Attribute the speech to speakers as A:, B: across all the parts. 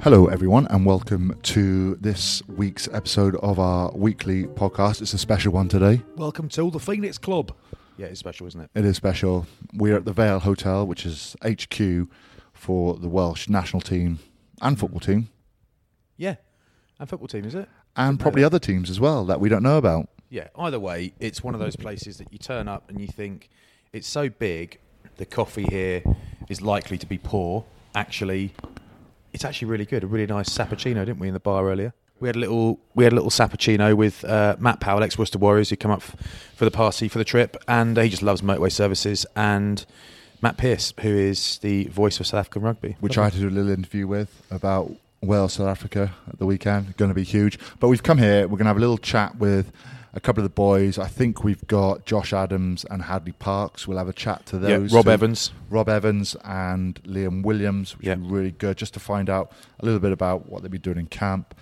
A: Hello, everyone, and welcome to this week's episode of our weekly podcast. It's a special one today.
B: Welcome to the Phoenix Club.
C: Yeah, it's special, isn't it?
A: It is special. We're at the Vale Hotel, which is HQ for the Welsh national team and football team,
C: Yeah. And football team, is it?
A: and probably other teams as well that we don't know about.
C: Yeah. Either way, it's one of those places that you turn up and you think it's so big, the coffee here is likely to be poor. Actually, it's actually really good. A really nice sappuccino, didn't we, in the bar earlier? We had a little, we had a little sappuccino with uh, Matt Powell, ex Worcester Warriors, who come up f- for the party for the trip, and he just loves motorway services. And Matt Pierce, who is the voice of South African rugby,
A: We tried to do a little interview with about Wales, South Africa at the weekend. Going to be huge. But we've come here. We're going to have a little chat with a couple of the boys. I think we've got Josh Adams and Hadley Parks. We'll have a chat to
C: Yeah,
A: those.
C: Rob
A: two.
C: Evans.
A: Rob Evans and Liam Williams, which
C: Yeah.
A: would be really good, just to find out a little bit about what they've been doing in camp,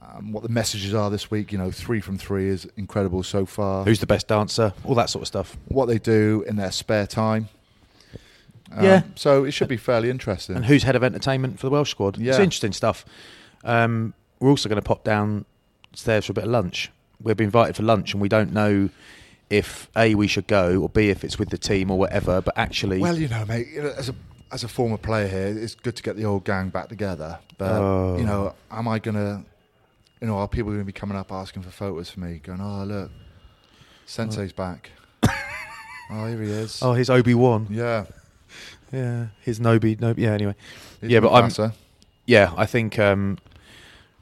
A: um, what the messages are this week. You know, three from three is incredible so far.
C: who's the best dancer, all that sort of stuff.
A: what they do in their spare time. Um,
C: Yeah.
A: So it should be fairly interesting.
C: and who's head of entertainment for the Welsh squad.
A: Yeah.
C: It's interesting stuff. Um, we're also going to pop downstairs for a bit of lunch. We've been invited for lunch, and we don't know if a we should go or b if it's with the team or whatever. But actually,
A: Well, you know, mate, you know, as a as a former player here, it's good to get the old gang back together. But
C: Oh.
A: you know, am I gonna? You know, are people going to be coming up asking for photos for me? Going, oh look, Sensei's back. oh, here he is.
C: oh, here's Obi Wan.
A: yeah.
C: Yeah, here's Nobi. Nobi. Yeah, anyway.
A: He's
C: yeah, but I'm.
A: Mufasa.
C: Yeah, I think um,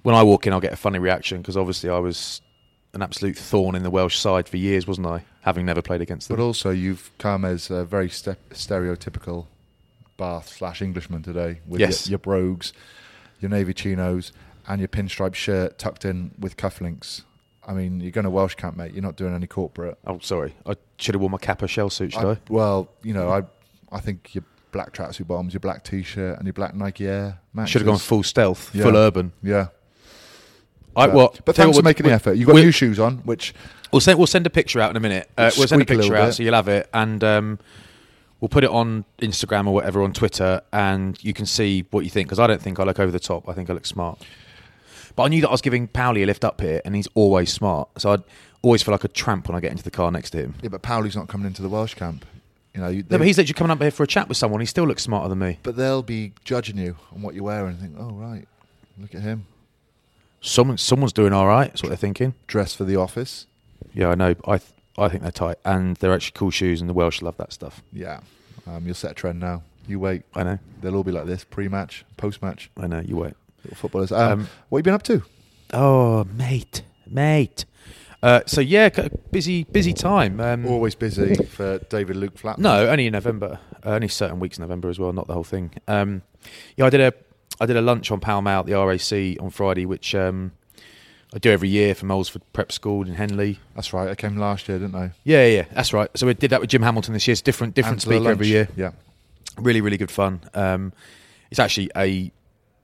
C: when I walk in, I'll get a funny reaction because obviously I was an absolute thorn in the Welsh side for years, wasn't I? Having never played against them.
A: But also, you've come as a very ste- stereotypical Bath slash Englishman today with
C: Yes.
A: your, your brogues, your navy chinos, and your pinstripe shirt tucked in with cufflinks. I mean, you're going to Welsh camp, mate. You're not doing any corporate.
C: oh, sorry. I should have worn my Kappa shell suit, should I?
A: I- Well, you know, I I think your black tracksuit bottoms, your black t-shirt, and your black Nike Air. Maxes.
C: Should have gone full stealth,
A: Yeah.
C: full urban.
A: Yeah,
C: I,
A: Yeah.
C: well,
A: but
C: tell you
A: thanks
C: what,
A: for making the
C: we-
A: effort. You got
C: we-
A: new shoes on, which
C: We'll send we'll send a picture out in a minute. Uh, we'll send a
A: Squeak a little
C: picture out
A: bit.
C: so you'll have it, and um, we'll put it on Instagram or whatever on Twitter, and you can see what you think. Because I don't think I look over the top. I think I look smart. But I knew that I was giving Powley a lift up here, and he's always smart. So I would always feel like a tramp when I get into the car next to him.
A: yeah, but Powley's not coming into the Welsh camp. You know, you-
C: No, but
A: they-
C: he's literally coming up here for a chat with someone. He still looks smarter than me.
A: but they'll be judging you on what you're wearing and think, oh right, look at him
C: Someone, someone's doing all right. That's what they're thinking.
A: dressed for the office.
C: Yeah, I know. I, th- I think they're tight, and they're actually cool shoes, and the Welsh love that stuff.
A: Yeah, um, you'll set a trend now. You wait.
C: I know.
A: They'll all be like this pre-match, post-match.
C: I know. You wait.
A: Little footballers. Um,
C: Um,
A: what you been up to?
C: Oh, mate, mate. Uh, so yeah, c- busy, busy time. Um,
A: Always busy for David Luke Flat.
C: no, only in November. Uh, only certain weeks in November as well, not the whole thing. Um, yeah, I did a I did a lunch on Pall Mall at the RAC on Friday, which um, I do every year for Molesford Prep School in Henley.
A: that's right. I came last year, didn't I?
C: Yeah, yeah, that's right. So we did that with Jim Hamilton this year. It's different, different
A: Angela
C: speaker every year.
A: Lynch. Yeah.
C: Really, really good fun. Um, it's actually a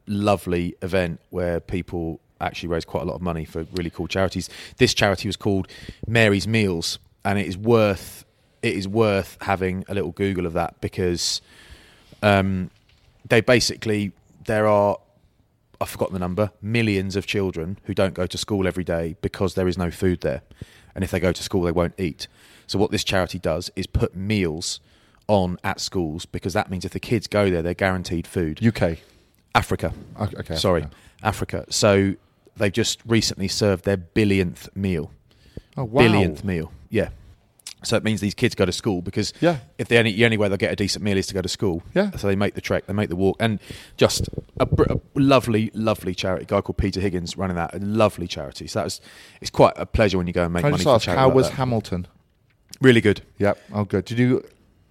C: lovely event where people actually raise quite a lot of money for really cool charities. This charity was called Mary's Meals, and it is worth it is worth having a little Google of that because um, they basically there are I've forgotten the number millions of children who don't go to school every day because there is no food there, and if they go to school they won't eat. So what this charity does is put meals on at schools because that means if the kids go there they're guaranteed food.
A: UK.
C: Africa.
A: Okay, okay,
C: Sorry,
A: Africa.
C: Africa. So they've just recently served their billionth meal.
A: Oh wow.
C: Billionth meal. Yeah. So it means these kids go to school because
A: Yeah.
C: if the only the only way they'll get a decent meal is to go to school.
A: Yeah.
C: So they make the trek, they make the walk, and just a, br- a lovely, lovely charity. A guy called Peter Higgins running that, a lovely charity. So that was it's quite a pleasure when you go and make
A: Can I
C: money
A: just
C: for
A: ask,
C: charity.
A: how
C: like
A: was
C: that.
A: Hamilton?
C: really good
A: Yep. Oh, good. Did you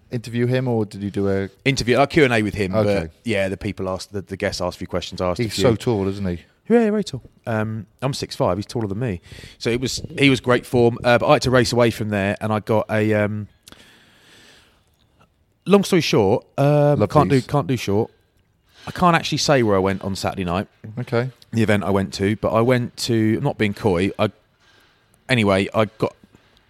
A: interview him or did you do a?
C: interview? Q and A with him,
A: Okay.
C: but yeah, the people asked the, the guests asked a few questions. I asked a
A: He's
C: few.
A: so tall, isn't he?
C: Yeah, very tall. Um, I'm six five. He's taller than me, so it was he was great form. Uh, but I had to race away from there, and I got a. Um, long story short, um,
A: Love
C: can't
A: these.
C: do can't do short. I can't actually say where I went on Saturday night,
A: Okay.
C: the event I went to, but I went to not being coy. I anyway, I got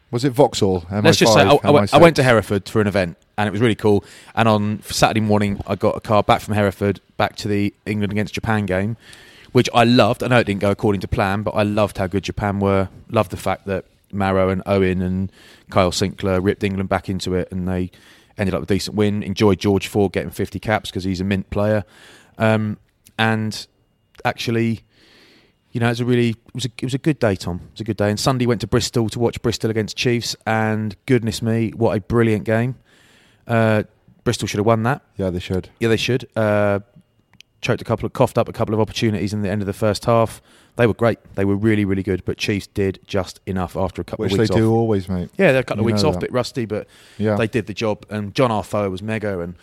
A: Was it Vauxhall?
C: Let's just say I,
A: MI5,
C: I, went, I
A: MI6?
C: went to Hereford for an event and it was really cool. And on Saturday morning, I got a car back from Hereford back to the England against Japan game, which I loved. I know it didn't go according to plan, but I loved how good Japan were. Loved the fact that Maro and Owen and Kyle Sinclair ripped England back into it and they ended up with a decent win. Enjoyed George Ford getting 50 caps because he's a mint player. Um, and actually you know, it was a really it was a, it was a good day, Tom. It was a good day. And Sunday went to Bristol to watch Bristol against Chiefs, and goodness me, what a brilliant game! Uh, Bristol should have won that.
A: Yeah, they should.
C: Yeah, they should. Uh, choked a couple of coughed up a couple of opportunities in the end of the first half. They were great. They were really really good, but Chiefs did just enough after a couple
A: Which
C: of
A: they
C: weeks
A: do
C: off.
A: always, mate.
C: Yeah, they're a couple of
A: You
C: weeks
A: know
C: off,
A: that.
C: a bit rusty, but
A: Yeah.
C: they did the job. And John Arfoa was mega and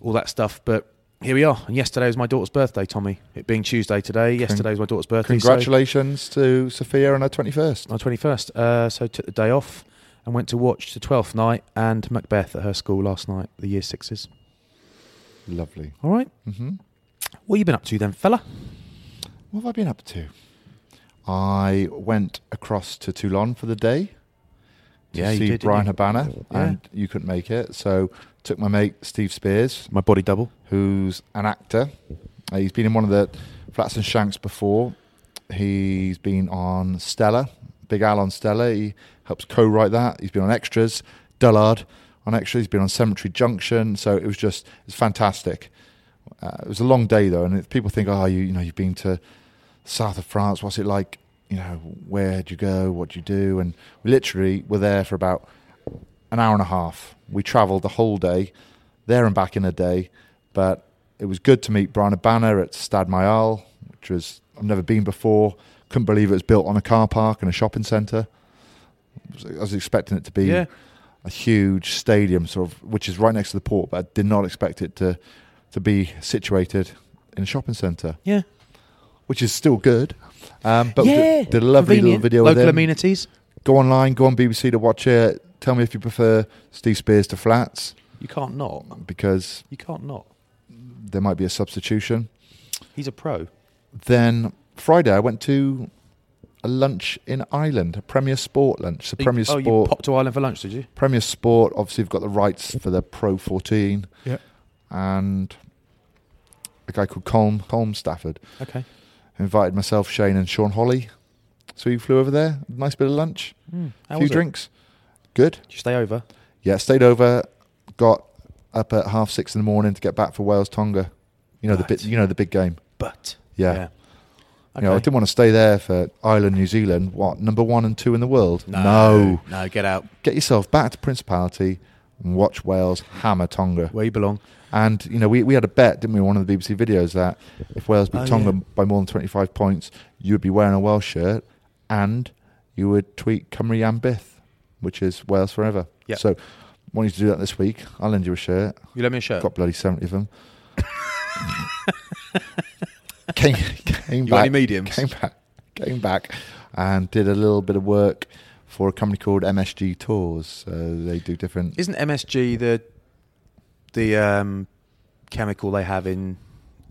C: all that stuff. But here we are. And yesterday was my daughter's birthday, Tommy. It being Tuesday today, yesterday was my daughter's birthday. so-
A: Congratulations to Sophia on her twenty-first.
C: on twenty first. Uh, so took the day off and went to watch the twelfth night and Macbeth at her school last night, the year sixes.
A: Lovely.
C: All right.
A: Mm-hmm.
C: What you been up to then, fella?
A: What have I been up to? I went across to Toulon for the day to
C: Yeah, you
A: see
C: did, didn't
A: Brian
C: you?
A: Habana,
C: Yeah.
A: and you couldn't make it, so took my mate Steve Spears,
C: My body double.
A: who's an actor. Uh, he's been in one of the Flats and Shanks before. He's been on Stella, Big Al on Stella. He helps co-write that. He's been on Extras, Dullard on Extras. He's been on Cemetery Junction. So it was just it's fantastic. Uh, it was a long day though, and if people think, oh, you you know, you've been to south of France. What's it like? You know, where do you go? What do you do? And we literally were there for about an hour and a half. We travelled the whole day, there and back in a day. But it was good to meet Brian Banner at Stad Mayal, which was I've never been before. Couldn't believe it was built on a car park and a shopping centre. I was- I was expecting it to be
C: Yeah.
A: a huge stadium, sort of, which is right next to the port, but I did not expect it to to be situated in a shopping centre
C: Yeah.
A: which is still good. Um, but we
C: Yeah.
A: did, did a lovely little
C: Convenient.
A: video
C: Local
A: with him.
C: amenities.
A: Go online, go on BBC to watch it. Tell me if you prefer Steve Spears to Flats
C: You can't not.
A: because
C: You can't not.
A: there might be a substitution.
C: He's a pro.
A: Then Friday, I went to a lunch in Ireland, a Premier Sport lunch. So Premier
C: oh, you
A: Sport,
C: popped to Ireland for lunch, did you?
A: Premier Sport. Obviously, have got the rights for the Pro 14
B: Yeah.
A: and a guy called Colm Colm Stafford
C: Okay.
A: invited myself, Shane, and Sean Holly. So we flew over there. Nice bit of lunch.
C: How
A: a few
C: was it?
A: drinks. Good.
C: Did you stay over?
A: Yeah, stayed over, got up at half six in the morning to get back for Wales Tonga. You know the bit,
C: Right.
A: you know the big game.
C: But
A: Yeah.
C: Okay.
A: You know, I didn't want to stay there for Ireland, New Zealand. What number one and two in the world?
C: no. No, get out.
A: Get yourself back to Principality and watch Wales hammer Tonga.
C: Where you belong.
A: And you know, we, we had a bet, didn't we? on One of the BBC videos that if Wales beat
C: Oh,
A: Tonga
C: yeah.
A: by more than twenty five points, you would be wearing a Welsh shirt, and you would tweet Cymru Ambith, which is Wales forever.
C: Yep.
A: So, want you to do that this week? I'll lend you a shirt.
C: You let me a shirt.
A: Got bloody seventy of them. came came
C: you got
A: back.
C: any mediums?
A: Came back. Came back, and did a little bit of work for a company called MSG Tours. So they do different.
C: Isn't MSG the the um, chemical they have in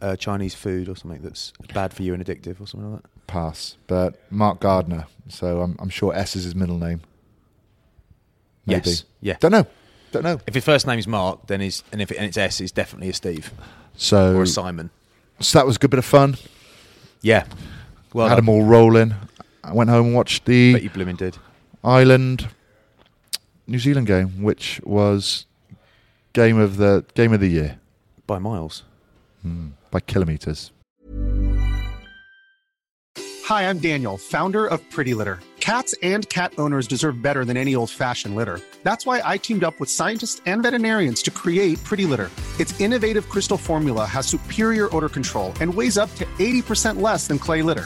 C: uh, Chinese food or something that's bad for you and addictive or something like that?
A: Pass. But Mark Gardner. So I'm, I'm sure S is his middle name. Maybe.
C: Yes. Yeah.
A: Don't know. Don't know.
C: If his first name's Mark, then his and if it, and it's S, it's definitely a Steve
A: So,
C: or a Simon.
A: so that was a good bit of fun.
C: Yeah. Well,
A: Had them all rolling. I went home and watched the
C: bet you blooming did.
A: Ireland New Zealand game, which was game of the game of the year
C: By miles.
A: by kilometres.
D: Hi, I'm Daniel, founder of Pretty Litter. Cats and cat owners deserve better than any old fashioned litter. That's why I teamed up with scientists and veterinarians to create Pretty Litter. Its innovative crystal formula has superior odor control and weighs up to 80% less than clay litter.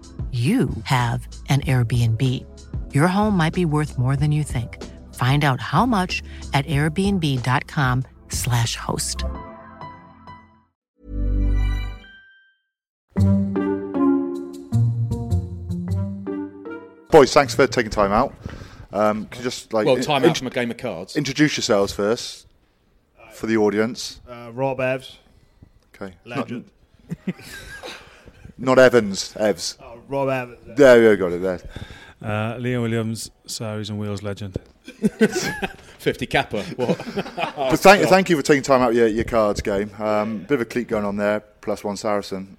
E: you have an Airbnb. Your home might be worth more than you think. Find out how much at airbnb.com/slash host.
A: Boys, thanks for taking time out. Um, can you just like
F: Well,
A: in-
F: time
A: in-
F: out from a game of cards.
A: introduce yourselves first for the audience.
G: Uh, Rob Evs,
A: Okay.
G: legend.
A: Not, not Evans, Evs.
G: Oh, Rob Evans.
A: There we go, got it there.
H: Uh, Leon Williams, so he's and Wheels legend.
F: 50 kappa. What?
A: but thank, thank you for taking time out of your, your cards game. Um, bit of a clique going on there, plus one Saracen.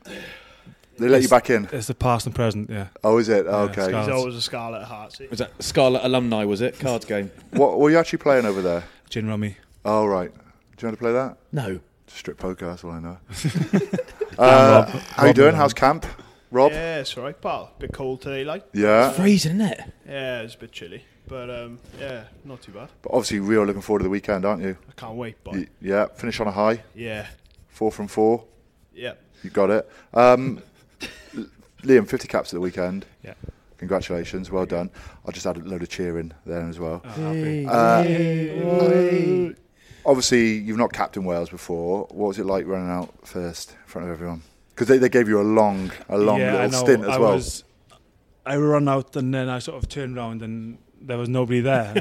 A: They let you back in.
H: It's the past and present, yeah.
A: Oh, is it?
H: it's
A: okay.
H: got-
G: He's always a Scarlet Heart.
F: Was that Scarlet Alumni, was it? Cards game.
A: what were you actually playing over there?
H: Gin rummy.
A: Oh, right. Do you want to play that?
F: No.
A: Strip poker, that's all I know. uh, how you doing? How's camp? Rob?
G: Yeah, it's alright, pal. bit cold today, like.
A: Yeah.
F: Freezing, isn't it?
G: Yeah, it's a bit chilly. But um, yeah, not too bad.
A: But obviously, we are looking forward to the weekend, aren't you?
G: I can't wait, but
A: Y- Yeah. Finish on a high.
G: yeah,
A: Four from four.
G: yeah.
A: You got it. Um, L- Liam, 50 caps at the weekend.
H: Yeah.
A: Congratulations. Well done. I just had a load of cheering there as well.
H: Ah,
A: Uh,
H: Happy.
A: Obviously, you've not captained Wales before. What was it like running out first in front of everyone? Because they, they gave you a long, a long
H: yeah, I
A: little
H: know.
A: stint as
H: I
A: well.
H: Was, I ran out and then I sort of turned around and there was nobody there.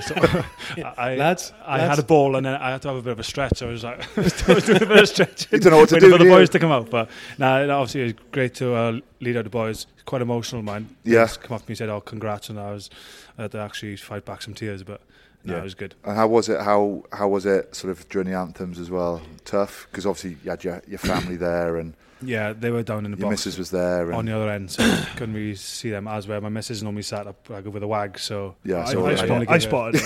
H: So I,
F: Lads,
H: I
F: lads.
H: had a ball and then I had to have a bit of a stretch. I was like, I was doing a bit of stretching.
A: You don't know what to
H: waiting
A: do,
H: for
A: do
H: the
A: you?
H: boys to come out. But no, no, obviously it was great to uh, lead out the boys. Quite emotional, man. They
A: Yeah.
H: just come up to me and said, "Oh, congrats!" And I was I had to actually fight back some tears, but no,
A: Yeah.
H: it was good.
A: And how was it? How how was it? Sort of during the anthems as well. Tough because obviously you had your, your family there and
H: Yeah, they were down in the
A: your
H: box.
A: missus was there. And
H: on the other end, so couldn't really see them as well. My missus normally sat up like with a wag, so
A: yeah,
G: I,
A: so
G: I,
H: I
G: spot,
H: wanna
G: I
H: give it-
G: spotted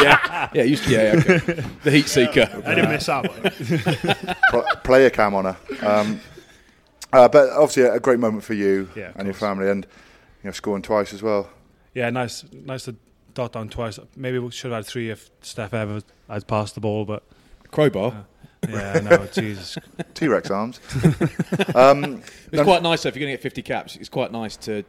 F: yeah. Yeah, used to, yeah, yeah, okay. The heat seeker.
G: I didn't miss that one.
A: pl- player cam on her. Um, uh, but obviously a great moment for you
H: Yeah, of
A: and your
H: course.
A: family, and you know scoring twice as well.
H: yeah, nice, nice to dot down twice. Maybe we should have had three if Steph ever had passed the ball, but
F: Crowbar.
H: yeah, no, Jesus,
A: T Rex arms. um,
F: It's quite nice though. If you're going to get 50 caps, it's quite nice to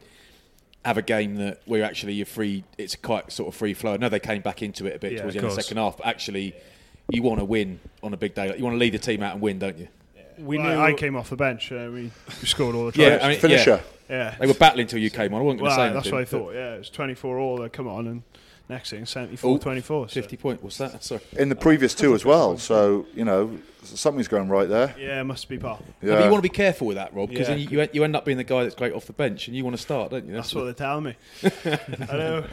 F: have a game that where actually you're free. It's quite sort of free flow. I know they came back into it a bit
H: Yeah,
F: towards the
H: of
F: end of the
H: course.
F: second half, but actually, you want to win on a big day. Like, you want to lead the team out and win, don't you?
H: we
G: Well,
H: knew.
G: I came off the bench and we, we scored all the
F: Yeah,
G: tries.
F: I mean-
A: finisher.
G: yeah.
F: They were battling till you came on. I wasn't going to
G: Well,
F: say
G: that's
F: anything,
G: what I
F: but-
G: thought. Yeah, it was 24 all. They uh, come on and Next thing, 74 24.
C: 50 point. What's that? Sorry.
A: in the previous two as well. So you know something's going right there.
G: Yeah, must be Paul.
A: Yeah.
C: But you want to be careful with that, Rob, because
G: Yeah.
C: then you- you, en- you end up being the guy that's great off the bench, and you want to start, don't you?
G: That's what they tell me. I know.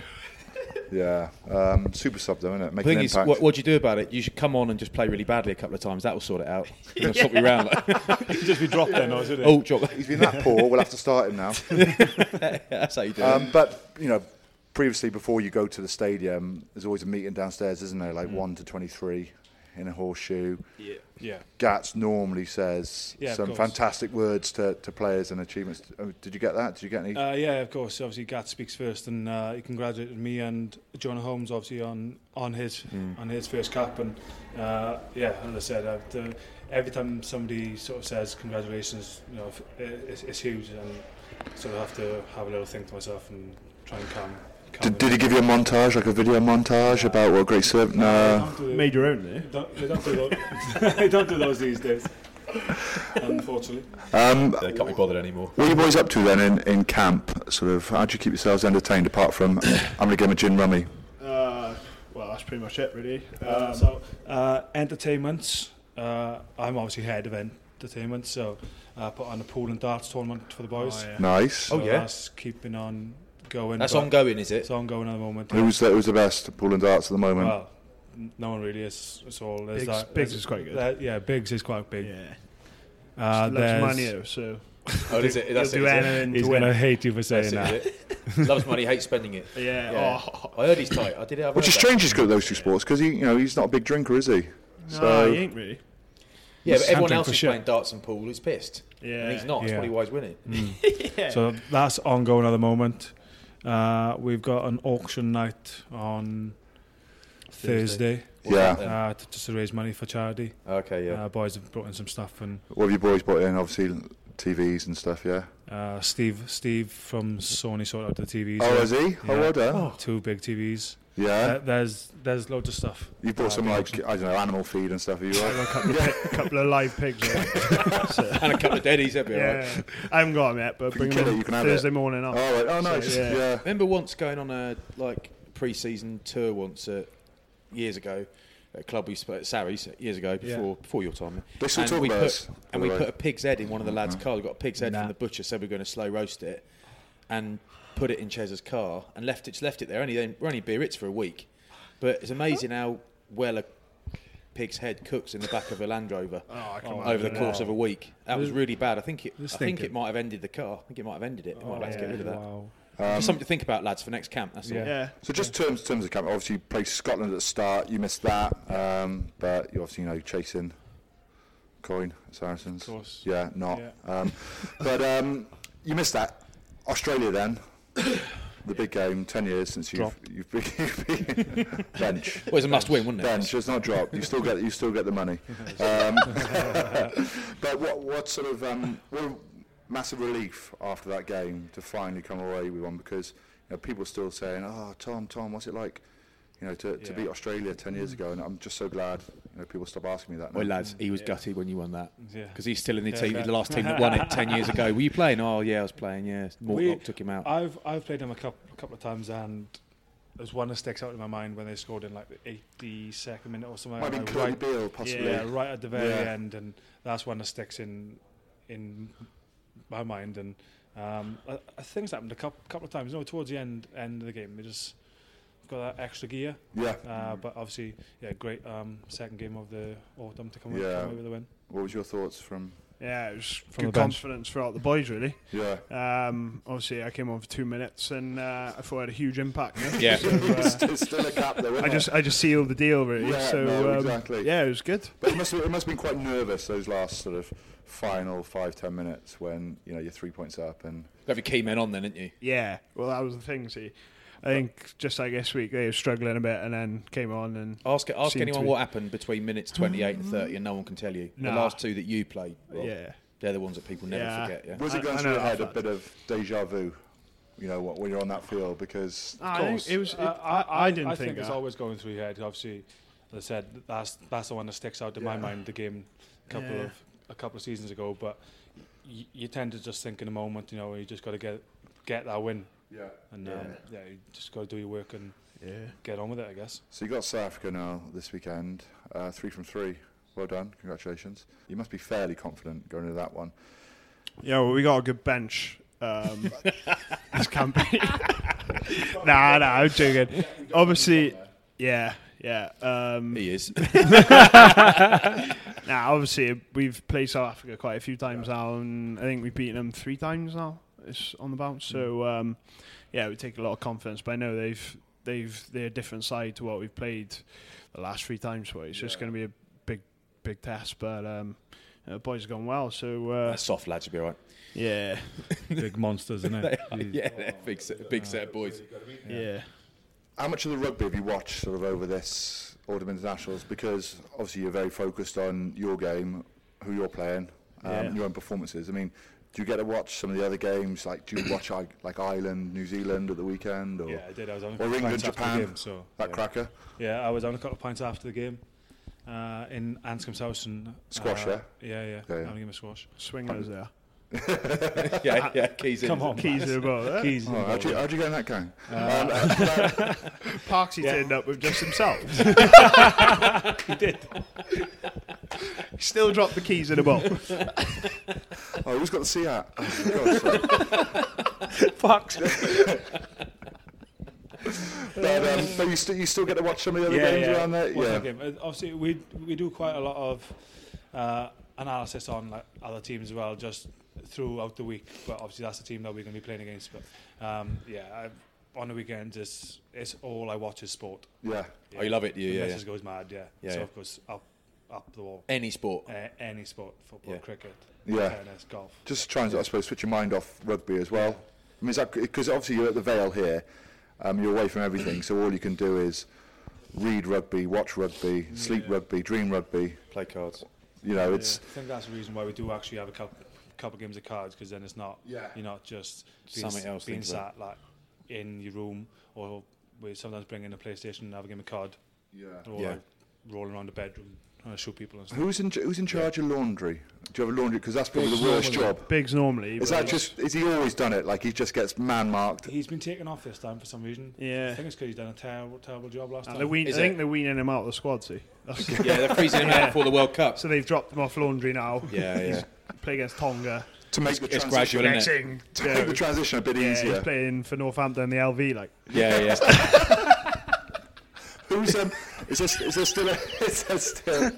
A: Yeah, um, super sub though, isn't it?
C: The
A: Making
C: thing
A: an
C: is,
A: impact.
C: what, what do you do about it? You should come on and just play really badly a couple of times. That will sort it out. They'll swap you around. Like.
H: just be dropped then, or is it?
C: Oh, drop.
A: He's been that poor. We'll have to start him now.
C: That's how you do it.
A: Um, but you know, previously before you go to the stadium, there's always a meeting downstairs, isn't there? Like one to twenty-three in a horseshoe.
C: Yeah.
H: Yeah.
A: Gats normally says
H: Yeah, of
A: some
H: course.
A: fantastic words to, to players and achievements. Oh, Did you get that? Did you get any?
H: Uh, yeah, of course. Obviously, Gat speaks first, and uh, he congratulated me and John Holmes, obviously on on his
A: Hmm.
C: Mm.
H: on his first cap. And uh, yeah, as I said, uh, the, every time somebody sort of says congratulations, you know, f- it- it's, it's huge, and sort of have to have a little think to myself and try and calm. calm
A: did, did he give you a montage, like a video montage about what a great servant? No.
G: Made your own eh? there.
H: Don't, they, don't do those, they don't do those these days, unfortunately.
A: Um,
C: they can't be bothered anymore.
A: What are you boys up to then in, in camp? Sort of, how do you keep yourselves entertained apart from I'm going to give him a gin rummy?
G: Uh, well, that's pretty much it, really.
H: Uh,
G: Um,
H: so uh, entertainments. Uh, I'm obviously head of entertainment, so uh, put on a pool and darts tournament for the boys.
G: yeah.
A: Nice.
H: So
C: Oh, yeah.
H: That's keeping on going.
C: That's
H: but
C: ongoing, is it?
H: It's ongoing at the moment. yeah.
A: Who's the, who's the best at pool and darts at the moment?
H: Well, n- no one really is. It's all. there's
G: Biggs-
H: that,
G: Biggs
H: there's-
G: is quite good.
H: that- yeah, Biggs is quite big.
G: yeah.
H: Uh,
G: Loves
H: there's-
G: Manio, so.
C: Oh, is it? That's
G: He'll do
C: it, is it?
G: anything
H: He's
G: to
H: going to
G: win.
H: hate you for saying
C: That's it,
H: that.
C: is it? Loves money, hates spending it.
G: Yeah. Oh.
C: I heard he's tight. I did. I've
A: Which
C: heard
A: is
C: that.
A: strange he's good at those two sports because he, you know, he's not a big drinker, is he?
G: no, he ain't really.
C: Yeah, but
H: He's
C: everyone
H: handling
C: else
H: for
C: who's
H: shit.
C: playing darts and pool is pissed.
G: Yeah.
C: And he's not. That's
H: Yeah.
C: probably why he's winning.
H: So that's ongoing at the moment. Uh, we've got an auction night on Thursday,
A: Yeah.
H: Uh, to, just to raise money for charity.
C: Okay, yeah.
H: Uh, boys have brought in some stuff, and
A: What have you boys brought in? Obviously, TVs and stuff, yeah.
H: uh, Steve Steve from Sony sorted out the TVs.
A: Oh,
H: yeah.
A: is he? Oh, well done.
H: Two big TVs.
A: Yeah.
H: There- there's there's loads of stuff.
A: you brought some,
H: big
A: like,
H: auction.
A: I don't know, animal feed and stuff, are you right?
G: A couple, of, couple of live pigs. right?
C: and a couple of deadies, that'd be all right.
G: yeah. I haven't got them yet, but
A: you
G: bring
A: kill
G: them
A: it,
G: in
A: you can have it.
G: Thursday morning
A: oh,
G: off.
A: right. oh, nice.
G: yeah.
A: yeah.
C: Remember once going on a like pre-season tour once uh, years ago at a club we spoke at Sarries uh, years ago before before your time.
A: They still
C: and
A: talk
C: we
A: about
C: put,
A: us, by
C: And
A: the
C: we
A: way.
C: put a pig's head in one of the lads' cars. We got a pig's head
H: Nah.
C: from the butcher. Said we are going to slow roast it, and put it in Chez's car and left it left it there. Only then we're only beer it's for a week, but it's amazing how well a pig's head cooks in the back of a Land Rover
G: Oh,
C: over the course of a week. That was really bad. I think it. I think
H: stinking.
C: it might have ended the car. I think it might have ended it. It might have had to get rid of that.
H: Wow.
C: Just something to think about, lads, for next camp. That's all.
H: Yeah.
G: Yeah.
A: So just terms terms of camp. Obviously, you played Scotland at the start. You missed that, um, but you obviously you know chasing coin Saracens. Of
H: course.
A: Yeah, not. Um, but um, you missed that. Australia then, the big game. Ten years since you've
H: Dropped.
A: you've been, you've been bench.
C: Well, it's a must win, wouldn't it?
A: Bench. It's not dropped. You still get you still get the money. Um, but what what sort of um, what a massive relief after that game to finally come away with one because you know, people are still saying, "Oh, Tom, Tom, what's it like?" You know, to, to
H: Yeah.
A: beat Australia ten years ago, and I'm just so glad you know people stop asking me that. Now.
C: Well, lads, he was gutted when you won that
H: Yeah.
C: because he's still in the
H: Yeah,
C: team,
H: fair.
C: the last team that won it ten years ago. Were you playing? Oh yeah, I was playing. Yeah,
H: We-
C: Mortlock took him out.
H: I've I've played them a couple a couple of times, and there's one that sticks out in my mind when they scored in like the 82nd minute or something.
A: might
H: and
A: be
H: I
A: Chloe
H: right-
A: Beale possibly.
H: Yeah, right at the very
A: Yeah.
H: end, and that's one that sticks in in my mind. And um, I, I think it's happened a couple, couple of times. You know, towards the end end of the game, we just got that extra gear.
A: Yeah.
H: Uh, but obviously, yeah, great um, second game of the autumn to come, away-
A: Yeah.
H: come away with a win.
A: What was your thoughts from?
G: Yeah, it was
H: From the
G: good
H: bench.
G: confidence throughout the boys, really.
A: Yeah.
G: Um, obviously, I came on for two minutes, and uh, I thought I had a huge impact. you know?
C: Yeah.
G: So, uh,
A: still, still a gap though.
G: I
A: isn't
G: just
A: it?
G: I just sealed the deal, really.
A: Yeah,
G: so
A: no,
G: um,
A: exactly.
G: yeah, it was good.
A: But it must have, it must have been quite nervous those last sort of final five ten minutes when you know you're three points up and
C: You have your key men on then, didn't you?
G: Yeah, well, that was the thing. See, I think just like this week they were struggling a bit, and then came on and
C: Ask ask
G: seemed to
C: anyone
G: be-
C: what happened between minutes twenty eight and thirty, and no one can tell you. The
G: Nah.
C: last two that you played, Rob,
G: Yeah.
C: they're the ones that people never
G: Yeah.
C: forget. Yeah,
A: Was
G: I-
A: it going
G: I
A: through
G: know
A: your head a
G: that
A: bit of deja vu? You know, wh- when you're on that field, because
G: I think it was. It,
H: Uh,
G: I, I didn't
H: I
G: think,
H: it's
G: that.
H: always going through your head. Obviously, as I said, that's that's the one that sticks out in my mind. The game, a couple
G: Yeah.
H: of a couple of seasons ago, but y- you tend to just think in the moment. You know, you just got to get get that win,
A: yeah,
H: and yeah, um, yeah you just got to do your work and yeah. get on with it, I guess.
A: So you got South Africa now this weekend, uh, three from three. Well done, congratulations. You must be fairly confident going into that one.
G: Yeah, well, we got a good bench. Um, this campaign. nah, nah, I'm joking. Obviously, yeah, yeah. Um,
F: he is.
G: nah, obviously we've played South Africa quite a few times now, and I think we've beaten them three times now. It's on the bounce, so
A: Mm.
G: um, yeah, we take a lot of confidence. But I know they've they've they're a different side to what we've played the last three times. So it's just going to be a big big test, but. Um, you know, the boys have gone well, so uh,
F: That soft lad should be all right.
G: yeah,
B: Big monsters, isn't
F: They
B: it?
F: are, yeah, they're a big set, big set of boys.
G: yeah.
A: How much of the rugby have you watched sort of over this Autumn Internationals? Because obviously you're very focused on your game, who you're playing, um,
G: Yeah.
A: your own performances. I mean, do you get to watch some of the other games? Like, do you watch I- like Ireland, New Zealand at the weekend, or
H: Yeah, I did. I was on a
A: or
H: couple of
A: England,
H: pints after the
A: Japan?
H: game, so
A: that
H: yeah.
A: cracker
H: Yeah, I was on a couple of pints after the game uh, in Anscombe's house and uh,
A: Squash, yeah?
H: yeah, yeah,
A: Yeah, yeah.
H: having a squash.
G: Swingers there.
F: yeah, yeah, keys in.
H: Come on,
G: Keys are about there.
H: Keys.
A: Oh, how'd, you, how'd you get in that game?
H: Uh,
G: Uh, Parksy turned up with just himself. he did. Still dropped the keys in a bowl.
A: Oh, who's got the sea hat? Oh, God, sorry.
H: Fox.
A: but, um, but you, st- you still get to watch some of the other games around there?
H: Watch
A: Yeah.
H: that game. Uh, Obviously, we we do quite a lot of uh, analysis on like other teams as well, just throughout the week. But obviously, that's the team that we're going to be playing against. But um, yeah, I, on the weekends, it's, it's all I watch is sport.
A: Yeah.
H: Yeah.
F: Oh, you love it, do you?
H: The
F: Yeah,
H: missus
F: yeah.
H: goes mad. Yeah.
F: Yeah,
H: so
F: yeah.
H: of course, up up the wall.
F: Any sport.
H: Uh, any sport, football,
F: Yeah.
H: cricket,
A: Yeah.
H: tennis, golf.
A: Just trying to, I suppose, switch your mind off rugby as well. I mean, is that because obviously you're at the Vale here, um, you're away from everything, so all you can do is read rugby, watch rugby, sleep rugby, dream rugby.
F: Play cards.
A: You know,
H: Yeah,
A: it's
H: I think that's the reason why we do actually have a couple, couple games of cards because then it's not
A: Yeah.
H: you're not just being,
F: Something else to
H: being
F: think about.
H: sat like in your room or we sometimes bring in a PlayStation and have a game of card or
F: Yeah.
H: like, rolling around the bedroom trying to show people and stuff.
A: who's in who's in charge of laundry? Do you have a laundry? Because that's probably the worst job.
G: Biggs normally.
A: Is
G: but-
A: that just? Is he always done it? Like he just gets man marked?
H: He's been taken off this time for some reason.
G: Yeah.
H: I think it's because he's done a terrible, terrible job last
G: And
H: time.
G: they're wean- I
F: Is
G: think
F: it?
G: they're weaning him out of the squad, see. That's-
F: Yeah, they're freezing him out before the World Cup.
G: so they've dropped him off laundry now.
F: Yeah, yeah.
G: Play against Tonga.
A: To make the
F: It's
A: transition,
F: gradual,
G: Next
F: isn't it?
G: thing,
A: to
G: you
A: make
G: know,
A: the transition a bit
G: yeah, he's
A: easier.
G: playing for Northampton, the LV. Like,
F: Yeah, yeah.
A: Who's um? Is this is this still a, is there still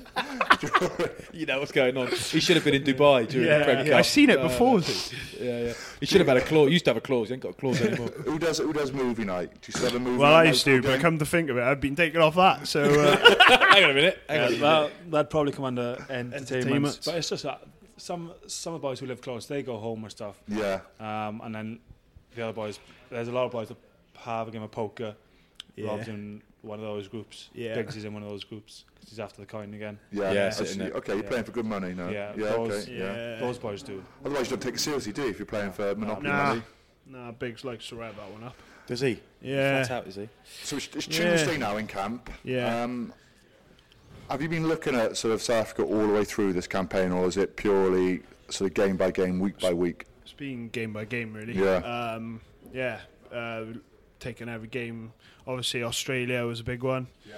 F: you know what's going on. He should have been in Dubai during the Premier Cup.
G: I've seen it before. see.
F: Yeah, yeah. He should have had a clause. He used to have a clause. He ain't got a clause anymore.
A: who does who does movie night? Do you still have a movie?
G: Well,
A: night
G: I used
A: local
G: to, but
A: game?
G: come to think of it, I've been taken off that. So uh,
F: Hang on a minute. Hang on.
H: well, that'd probably come under entertainment.
G: Entertainment.
H: But it's just that some some of the boys who live close, they go home and stuff.
A: Yeah.
H: Um, and then the other boys, there's a lot of boys that have a game of poker.
G: Yeah.
H: Rob's in one of those groups.
G: Yeah.
H: Biggs is in one of those groups 'cause he's after the coin again.
A: Yeah,
F: Yeah,
A: I
F: sitting
A: see.
F: there.
A: okay, you're
H: Yeah.
A: playing for good money now.
H: Yeah,
A: yeah,
H: those-
A: okay, yeah.
H: Those boys do.
A: Otherwise, you don't take it seriously, do you? If you're playing for Monopoly
G: nah,
A: money,
G: nah, Biggs likes to wrap that one up.
F: Does he?
G: Yeah.
F: Flat out, is he?
A: so it's, it's Tuesday now in camp.
G: Yeah.
A: Um, have you been looking at sort of South Africa all the way through this campaign, or is it purely sort of game by game, week by week?
G: It's been game by game, really.
A: Yeah.
G: Um, yeah. Uh, taking every game. Obviously, Australia was a big one. Yeah.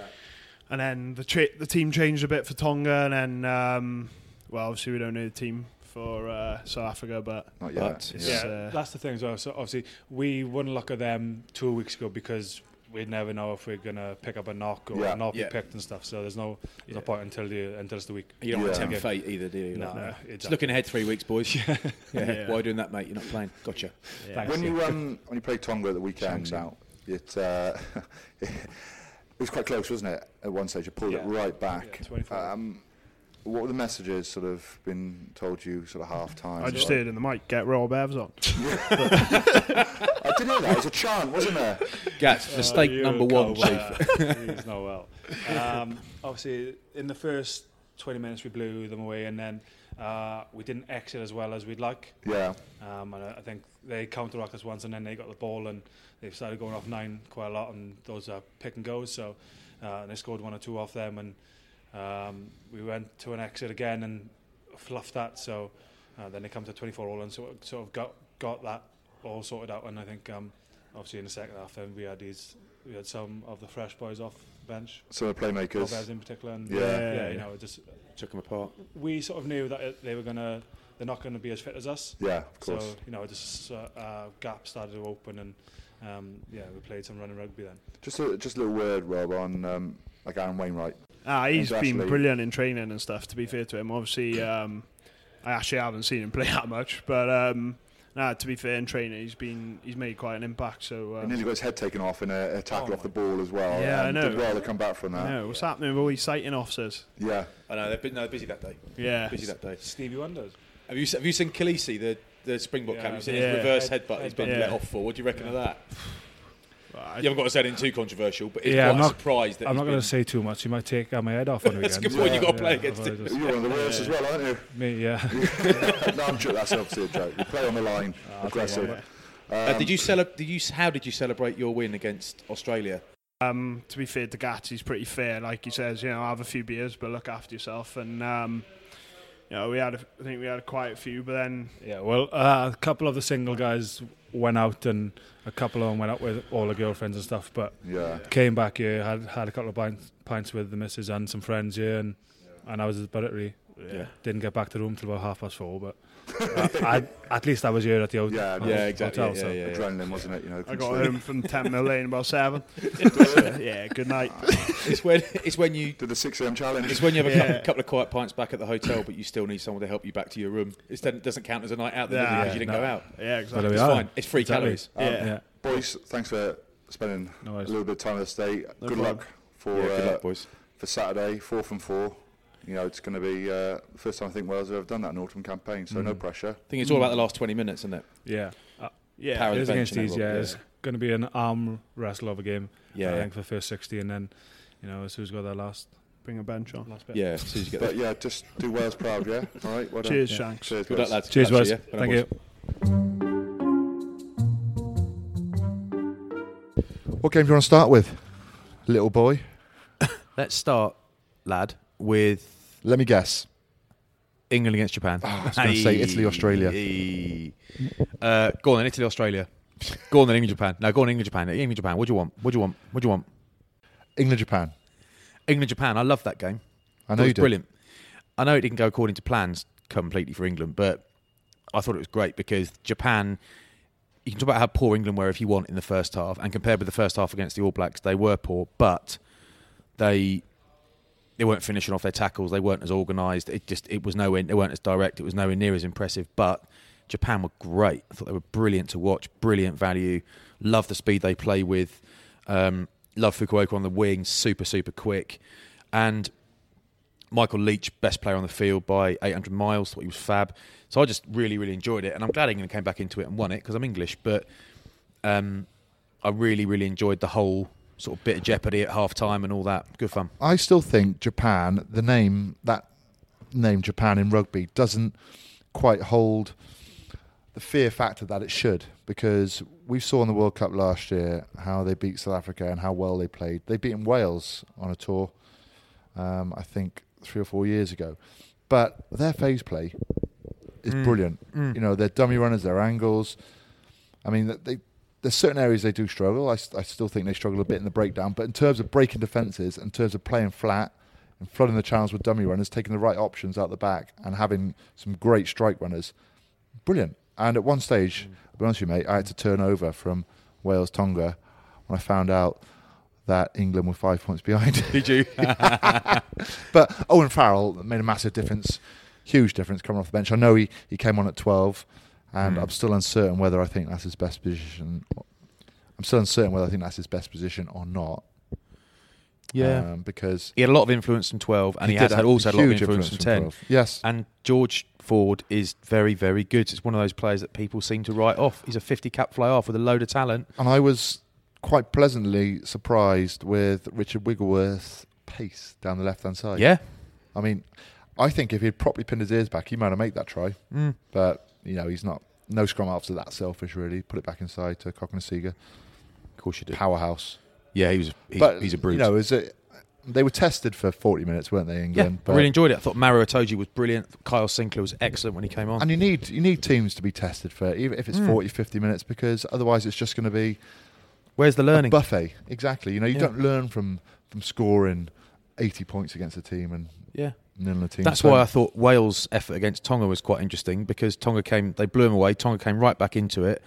G: And then the tra- the team changed a bit for Tonga, and then um, well, obviously we don't know the team for uh, South Africa, but
A: Not yet.
G: it's,
A: yeah.
H: Yeah,
G: uh,
H: that's the thing as well. So obviously, we wouldn't look at them two weeks ago because we'd never know if we're gonna pick up a knock or
A: Yeah.
H: not be
F: Yeah.
H: picked and stuff. So there's no, there's no point until the until it's the week.
F: You uh, don't want to
A: Yeah.
F: tempt fate either, do you?
H: No, no,
F: It's
H: exactly.
F: looking ahead three weeks, boys. yeah.
G: Yeah.
F: Why are you doing that, mate? You're not playing. Gotcha.
H: Thanks.
A: When you um, when you played Tonga at the weekend out, it uh, it was quite close, wasn't it? At one stage, you pulled it
H: Yeah.
A: right back.
H: Yeah, 24.
A: um, what were the messages sort of been told you sort of half time?
G: I just heard in the mic, get Rob Evans on.
A: I did hear that. It was a chant, wasn't there?
F: Gats, mistake
H: Oh, You
F: number
H: go
F: one, chief.
H: well. He's not well. Um, obviously, in the first 20 minutes, we blew them away, and then uh, we didn't exit as well as we'd like.
A: Yeah.
H: Um, and I I think they counterattacked us once, and then they got the ball, and they started going off nine quite a lot, and those are pick and goes. So uh, and they scored one or two off them, and um, we went to an exit again and fluffed that. So uh, then they come to 24 all, and sort of, sort of got got that all sorted out. And I think um, obviously in the second half, then we had these we had some of the fresh boys off the bench.
A: Some of the playmakers.
H: Alves in particular. And
A: Yeah.
H: yeah,
A: Yeah,
H: you
A: yeah.
H: know, it just
F: took them apart.
H: We sort of knew that it, they were gonna, they're not gonna be as fit as us.
A: Yeah, of course.
H: So you know, just uh, uh, gap started to open, and um, yeah, we played some running rugby then.
A: Just a just a little word, Rob, on um, like Aaron Wainwright.
G: Ah,
A: He's
G: he's been
A: actually-
G: brilliant in training and stuff. To be fair to him, obviously, um, I actually haven't seen him play that much, but um, nah, to be fair, in training, he's been he's made quite an impact. So
A: He
G: um,
A: nearly got his head taken off in a, a tackle off the ball as well.
G: Oh Yeah, I
A: and
G: know.
A: Did well to come back from that.
G: No, what's happening with all these sighting officers?
A: Yeah.
F: I know they've been no, busy that day.
G: Yeah.
F: busy that day.
H: Stevie Wonders.
F: Have you se- have you seen Khaleesi, the the Springbok
H: Yeah,
F: camp? You've seen
G: yeah.
F: his reverse
G: Head-
F: headbutt. He's been
G: headbutt.
F: let
G: Yeah.
F: off for. What do you reckon of that?
G: I-
F: you haven't got to say anything too controversial, but it's
H: Yeah,
F: quite
H: I'm
F: a
H: not-
F: surprise that
H: I'm
F: he's
H: not
F: been-
H: going to say too much. You might take uh, my head off on the
F: That's a
H: weekend.
F: good point. You've got to play
H: I've
F: against
H: already
F: it.
H: just-
A: You're one of the worst as well, aren't you?
H: Me, yeah.
A: no, I'm joking. That's obviously a joke. You play on the line, aggressive.
F: Uh, did you celebrate? Did you? s- How did you celebrate your win against Australia?
G: Um, to be fair, to Gats, he's pretty fair. Like he says, you know, have a few beers, but look after yourself. And um, you know, we had, a, I think we had quite a few, but then
H: Yeah, well, uh, a couple of the single guys went out, and a couple of them went out with all the girlfriends and stuff. But
A: Yeah.
H: came back here, had had a couple of pints, pints with the missus and some friends here, and and I was about it really.
F: Yeah.
H: Didn't get back to the room till about half past four, but I, I, at least I was here at the hotel.
A: Yeah,
H: hotel,
F: yeah, exactly,
H: Hotel,
F: yeah,
H: so.
F: yeah, yeah.
A: uh, Adrenaline, wasn't it? You know.
G: I got home from Ten Mill Lane about seven. So, yeah, good night.
F: It's when it's when you
A: Did the 6 a.m. challenge.
F: it's when you have a
G: Yeah.
F: couple, couple of quiet pints back at the hotel, but you still need someone to help you back to your room. It's, then- it doesn't count as a night out then, does it,
G: Nah,
F: 'cause you didn't
H: no.
F: go out.
G: Yeah,
H: But
G: exactly.
H: there we
F: It's
H: are.
F: fine. It's free calories. Um,
G: Yeah.
A: Boys, thanks for spending
H: No
A: a
H: worries.
A: little bit of time with us today. good
G: problem.
A: luck for
F: Yeah, good
A: uh,
F: luck, boys.
A: for Saturday, four from four. You know, it's going to be uh, the first time I think Wales have ever done that in autumn campaign, so no pressure.
F: I think it's all about the last twenty minutes, isn't it?
H: Yeah. Uh,
G: Yeah,
F: Power
H: it is
F: the bench
H: against
F: and
H: these,
F: that,
H: yeah.
F: Rob,
H: It's going to be an arm wrestle of a game,
F: Yeah,
H: I
F: yeah.
H: think, for the first 60, and then, you know, as who's got their last,
G: Bring a bench on.
H: last bit.
F: Yeah, as soon as you get there.
A: But yeah, just do Wales proud, yeah? All right, well done.
G: Cheers, Shanks.
A: Cheers,
F: Good
A: Wales.
F: luck, lads.
H: Cheers,
F: Absolutely,
H: guys.
F: yeah. Well done,
H: Thank
F: boys.
H: you.
A: What game do you want to start with, little boy?
C: Let's start, lad, with
A: Let me guess. Ah,
C: England against Japan. I
A: was gonna say Italy, Australia.
C: Uh, go on then, Italy, Australia. Go on then, England, Japan. No, go on, England, Japan. England, Japan. What do you want? What do you want? What do you want?
A: England, Japan.
C: England, Japan. I love that game.
A: I
C: Thought
A: know
C: it
A: you
C: was
A: did.
C: brilliant. I know it didn't go according to plans completely for England, but I thought it was great because Japan. You can talk about how poor England were if you want in the first half, and compared with the first half against the All Blacks, they were poor, but they they weren't finishing off their tackles. They weren't as organised. It just it was nowhere. They weren't as direct. It was nowhere near as impressive. But Japan were great. I thought they were brilliant to watch. Brilliant value. Love the speed they play with. Um, love Fukuoka on the wing. Super super quick. And Michael Leach, best player on the field by 800 miles. Thought he was fab. So I just really, really enjoyed it. And I'm glad England came back into it and won it because I'm English. But um, I really, really enjoyed the whole sort of bit of jeopardy at half time and all that. Good fun.
A: I still think Japan, the name that name Japan in rugby doesn't quite hold the fear factor that it should because we saw in the World Cup last year how they beat South Africa and how well they played. They beat Wales on a tour, um, I think three or four years ago, but their phase play is brilliant. You know, their dummy runners, their angles. I mean, that they there's certain areas they do struggle. I, s- I still think they struggle a bit in the breakdown, but in terms of breaking defenses, in terms of playing flat and flooding the channels with dummy runners, taking the right options out the back, and having some great strike runners, brilliant. And at one stage, I'll be honest with you, mate, I had to turn over from Wales Tonga when I found out that England were five points behind.
C: Did you?
A: But Owen Farrell made a massive difference, huge difference coming off the bench. I know he, he came on at 12, and
C: Mm.
A: I'm still uncertain whether I think that's his best position. I'm still uncertain whether I think that's his best position or not. Um, because
C: he had a lot of influence from 12, and he,
A: did
C: has had
A: have
C: also had a lot of
A: huge
C: influence, from 10.
A: 12. Yes.
C: And George Ford is very, very good. It's one of those players that people seem to write off. He's a 50 cap fly off with a load of talent.
A: And I was quite pleasantly surprised with Richard Wiggleworth's pace down the left hand side.
C: Yeah.
A: I mean, I think if he'd properly pinned his ears back, he might have made that try. But, you know, he's not. No scrum after that selfish, really. Put it back inside to Cognosiga.
C: Of course you do.
A: Powerhouse.
C: Yeah, he was. He's, he's a brute.
A: You know, is it, they were tested for 40 minutes, weren't they,
C: Yeah,
A: England?
C: I really enjoyed it. I thought Mario Itoje was brilliant. Kyle Sinclair was excellent when he came on.
A: and you need
C: Hmm.
A: you need teams to be tested for, it, even if it's 40, 50 minutes, because otherwise it's just going to be
C: Where's the learning?
A: A buffet, exactly. You know, you
C: Yeah.
A: don't learn from from scoring eighty points against a team and
C: Yeah.
A: nil on a team.
C: That's
A: So-
C: why I thought Wales' effort against Tonga was quite interesting because Tonga came, they blew them away. Tonga came right back into it.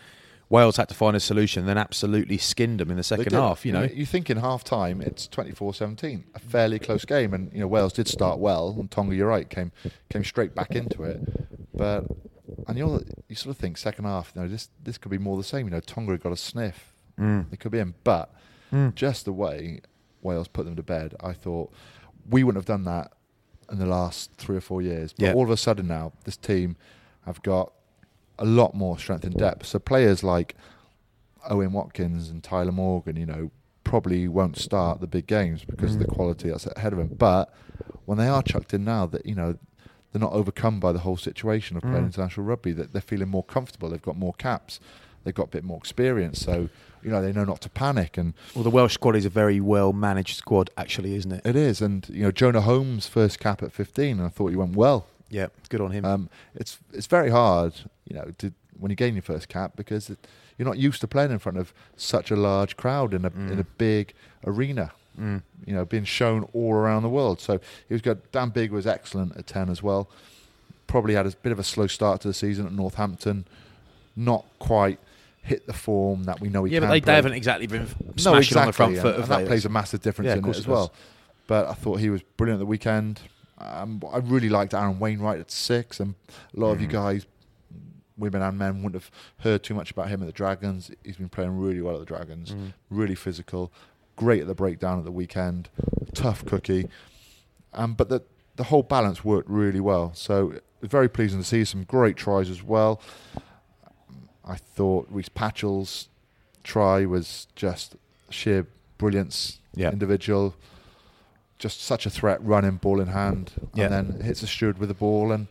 C: Wales had to find a solution, then absolutely skinned them in the
A: They
C: second
A: did.
C: half. You know,
A: you think in half time it's 24-17, a fairly close game, and you know Wales did start well, and Tonga, you're right, came came straight back into it, but and you you sort of think second half, you know, this this could be more the same. You know, Tonga got a sniff,
C: Mm.
A: they could be in, but
C: Mm.
A: just the way Wales put them to bed, I thought we wouldn't have done that in the last three or four years, but
C: Yeah.
A: all of a sudden now this team have got a lot more strength and depth. So players like Owen Watkins and Tyler Morgan, you know, probably won't start the big games because of the
C: Mm.
A: quality that's ahead of them. But when they are chucked in now, that you know, they're not overcome by the whole situation of playing
C: Mm.
A: international rugby. That they're feeling more comfortable. They've got more caps. They've got a bit more experience. So you know, they know not to panic. And
C: well, the Welsh squad is a very well managed squad, actually, isn't it?
A: it is. And you know, Jonah Holmes' first cap at 15, and I thought he went well.
C: Yeah, good on him.
A: Um, it's it's very hard, you know, to, when you gain your first cap because it, you're not used to playing in front of such a large crowd in a in a big arena.
C: Mm.
A: You know, being shown all around the world. So he was good. Dan Big was excellent at ten as well. Probably had a bit of a slow start to the season at Northampton. Not quite hit the form that we know he
C: yeah,
A: can.
C: but they, they
A: play.
C: haven't exactly been f- smashing on the front
A: and-
C: foot.
A: and
C: have
A: that
C: they?
A: plays a massive difference
C: Yeah, of
A: in it
C: course
A: as
C: it
A: well. But I thought he was brilliant at the weekend. Um, I really liked Aaron Wainwright at six, and a lot of
C: Hmm.
A: you guys, women and men, wouldn't have heard too much about him at the Dragons. He's been playing really well at the Dragons,
C: Hmm.
A: really physical, great at the breakdown at the weekend, tough cookie. Um, but the the whole balance worked really well. So very pleasing to see some great tries as well. I thought Reese Patchell's try was just sheer brilliance.
C: Yeah.
A: Individual, just such a threat, running ball in hand,
C: Yeah.
A: and then hits a steward with the ball and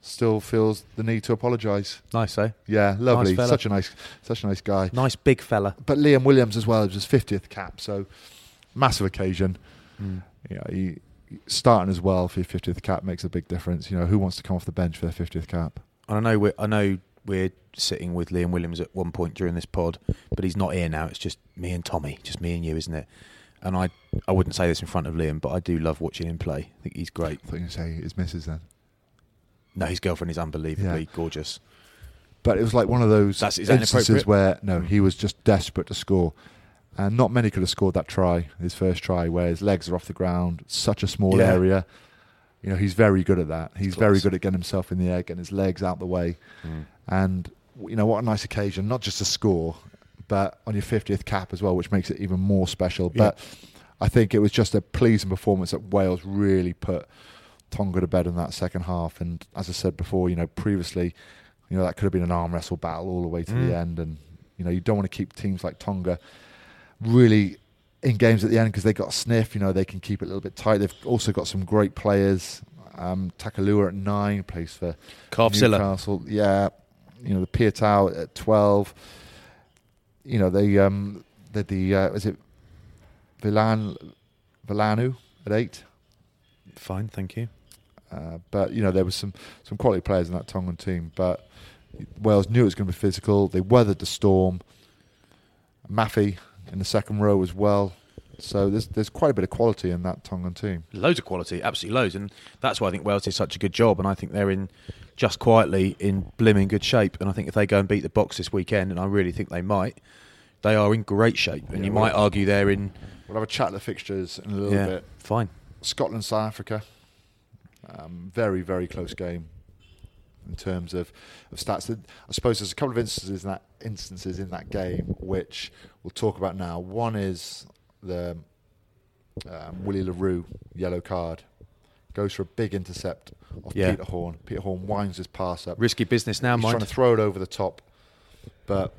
A: still feels the need to apologise.
C: Nice, eh?
A: Yeah, lovely.
C: fella.
A: such a nice, such a nice guy.
C: Nice big fella.
A: But Liam Williams as well it was his fiftieth cap, so massive occasion.
C: Mm.
A: You know, he starting as well for your fiftieth cap makes a big difference. You know, who wants to come off the bench for their fiftieth cap?
C: And I know we're I know we're sitting with Liam Williams at one point during this pod, but he's not here now. It's just me and Tommy, just me and you, isn't it? And I I wouldn't say this in front of Liam, but I do love watching him play. I think he's great.
A: I thought you were going to say his missus then.
C: No, his girlfriend is unbelievably gorgeous.
A: But it was like one of those
C: That's- is that
A: instances
C: inappropriate?
A: where no, he was just desperate to score, and not many could have scored that try, his first try, where his legs are off the ground, such a small
C: Yeah.
A: area. You know, he's very good at that. He's very
C: class.
A: good at getting himself in the air, getting his legs out the way, and you know what a nice occasion, not just to score, but on your fiftieth cap as well, which makes it even more special.
C: Yeah.
A: But I think it was just a pleasing performance that Wales really put Tonga to bed in that second half. And as I said before, you know, previously, you know, that could have been an arm wrestle battle all the way to the end. And, you know, you don't want to keep teams like Tonga really in games at the end because they got a sniff. You know, they can keep it a little bit tight. They've also got some great players. Um, Takalua at nine plays for
C: Carvzilla.
A: Newcastle. Yeah, you know the Pietau at twelve. You know they um the the uh, is it Villan Villanu at eight.
C: Fine, thank you.
A: Uh, but you know there was some some quality players in that Tongan team. But Wales knew it was going to be physical. They weathered the storm. Maffey in the second row as well. So there's there's quite a bit of quality in that Tongan team.
C: Loads of quality, absolutely loads, and that's why I think Wales did such a good job. And I think they're in just quietly in blimmin' good shape. And I think if they go and beat the box this weekend, and I really think they might, they are in great shape. And
A: Yeah,
C: you
A: well-
C: might argue they're in
A: We'll have a chat at the fixtures in a little
C: yeah,
A: bit.
C: fine.
A: Scotland, South Africa. Um, very, very close game in terms of, of stats. I suppose there's a couple of instances in that instances in that game which we'll talk about now. One is the um, Willie Larue yellow card goes for a big intercept off
C: Yeah.
A: Peter Horn. Peter Horn winds his pass up.
C: Risky business now,
A: He's
C: mind.
A: trying to throw it over the top, but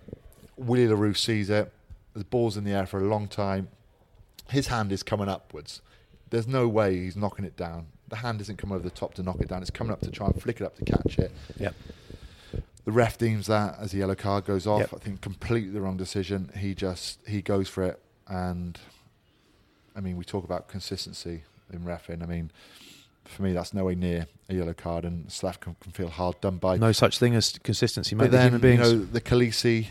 A: Willie LaRue sees it. The ball's in the air for a long time. His hand is coming upwards. There's no way he's knocking it down. The hand isn't coming over the top to knock it down. It's coming up to try and flick it up to catch it.
C: Yep.
A: The ref deems that as a yellow card goes off.
C: Yep.
A: I think completely the wrong decision. He just he goes for it, and I mean we talk about consistency in refing. I mean for me that's nowhere near a yellow card, and Slav can, can feel hard done by.
C: No such thing as consistency, mate.
A: But
C: They're
A: then
C: human beings.
A: you know the Khaleesi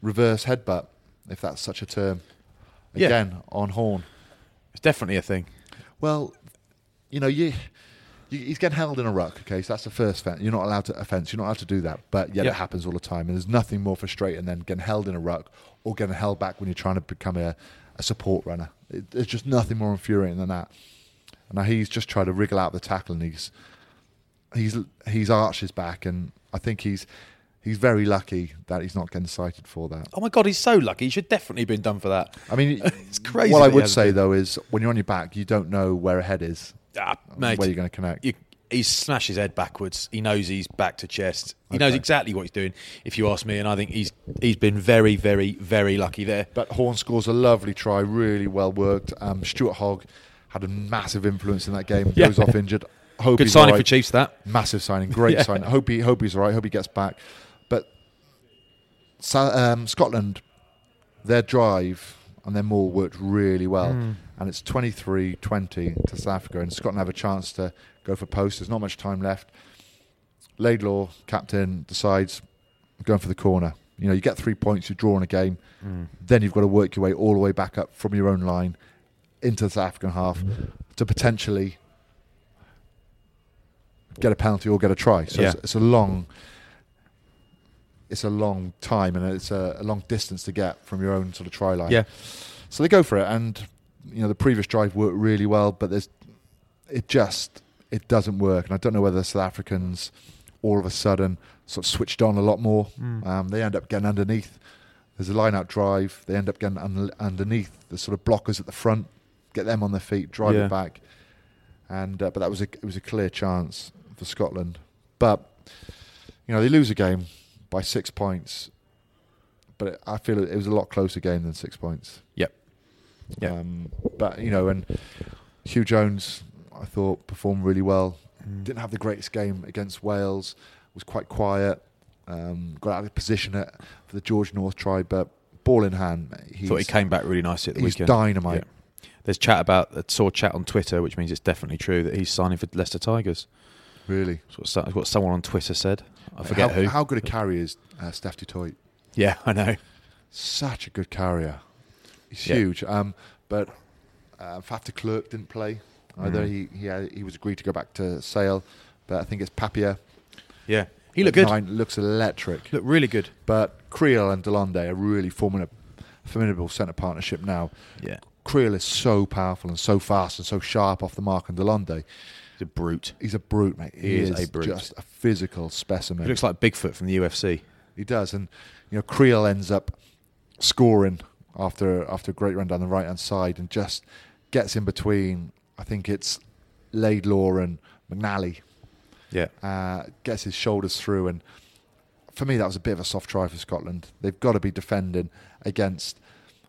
A: reverse headbutt if that's such a term.
C: Yeah.
A: Again, on horn.
C: It's definitely a thing.
A: Well, you know, you, you he's getting held in a ruck. Okay, so that's the first fence. You're not allowed to offence. You're not allowed to do that. But yet
C: Yeah.
A: it happens all the time, and there's nothing more frustrating than getting held in a ruck or getting held back when you're trying to become a, a support runner. It, there's just nothing more infuriating than that. And now he's just tried to wriggle out of the tackle, and he's he's he's arched his back, and I think he's he's very lucky that he's not getting cited for that.
C: Oh my god, he's so lucky. He should definitely have been done for that.
A: I mean,
C: it's crazy.
A: What
C: that
A: I
C: he
A: would
C: hasn't
A: say
C: been.
A: though is when you're on your back, you don't know where a head is,
C: Ah, mate.
A: where you're going to connect.
C: You, he smashed his head backwards. He knows he's back to chest. He knows
A: Okay.
C: exactly what he's doing. If you ask me, and I think he's he's been very, very, very lucky there.
A: But Horn scores a lovely try, really well worked. Um, Stuart Hogg had a massive influence in that game.
C: Yeah.
A: Goes off injured. Hope
C: Good
A: he's
C: signing
A: all
C: for Chiefs, that.
A: massive signing, great
C: Yeah.
A: signing. Hope he hope he's all right. Hope he gets back. But Sa- um, Scotland, their drive and their maul worked really well.
C: Mm.
A: And it's 23-20 to South Africa, and Scotland have a chance to go for post. There's not much time left. Laidlaw, captain, decides "I'm going for the corner. You know, you get three points, you draw in a game.
C: Mm.
A: Then you've got to work your way all the way back up from your own line into the South African half to potentially get a penalty or get a try. So
C: Yeah.
A: it's, it's a long, it's a long time and it's a, a long distance to get from your own sort of try line.
C: Yeah.
A: So they go for it, and you know the previous drive worked really well, but there's it just it doesn't work, and I don't know whether the South Africans all of a sudden sort of switched on a lot more.
C: Mm.
A: Um, they end up getting underneath. There's a line out drive. They end up getting un- underneath the sort of blockers at the front, get them on their feet, drive
C: Yeah.
A: it back, and uh, but that was a it was a clear chance for Scotland, but you know they lose a game by six points. But it, I feel it was a lot closer game than six points.
C: Yep. Yeah.
A: Um, but you know, and Hugh Jones, I thought performed really well.
C: Mm.
A: Didn't have the greatest game against Wales. Was quite quiet. Um, got out of position at, for the George North try, but ball in hand, he's,
C: Thought he came back really nicely at the
A: he's
C: weekend.
A: dynamite.
C: Yeah. There's chat about I saw chat on Twitter, which means it's definitely true that he's signing for Leicester Tigers.
A: Really,
C: That's what, so- that's what someone on Twitter said. I forget
A: how,
C: who.
A: How good a carrier is uh, Steph Dutoit?
C: yeah, I know.
A: Such a good carrier. He's
C: Yeah.
A: huge. Um, but uh, Faf de Klerk didn't play either.
C: Mm.
A: He he, had, he was agreed to go back to Sale, but I think it's Papier.
C: Yeah, he
A: at
C: looked good.
A: nine, looks electric.
C: Looked really good.
A: But Creel and Delonde are really forming a formidable centre partnership now.
C: Yeah,
A: Creel is so powerful and so fast and so sharp off the mark, and Delonde,
C: he's a brute.
A: he's a brute, mate.
C: He is a brute.
A: just a physical
C: He
A: specimen.
C: looks like Bigfoot from the UFC.
A: He does, and you know Creel ends up scoring after after a great run down the right hand side, and just gets in between. I think it's Laidlaw and McNally
C: Yeah,
A: uh, gets his shoulders through. And for me, that was a bit of a soft try for Scotland. They've got to be defending against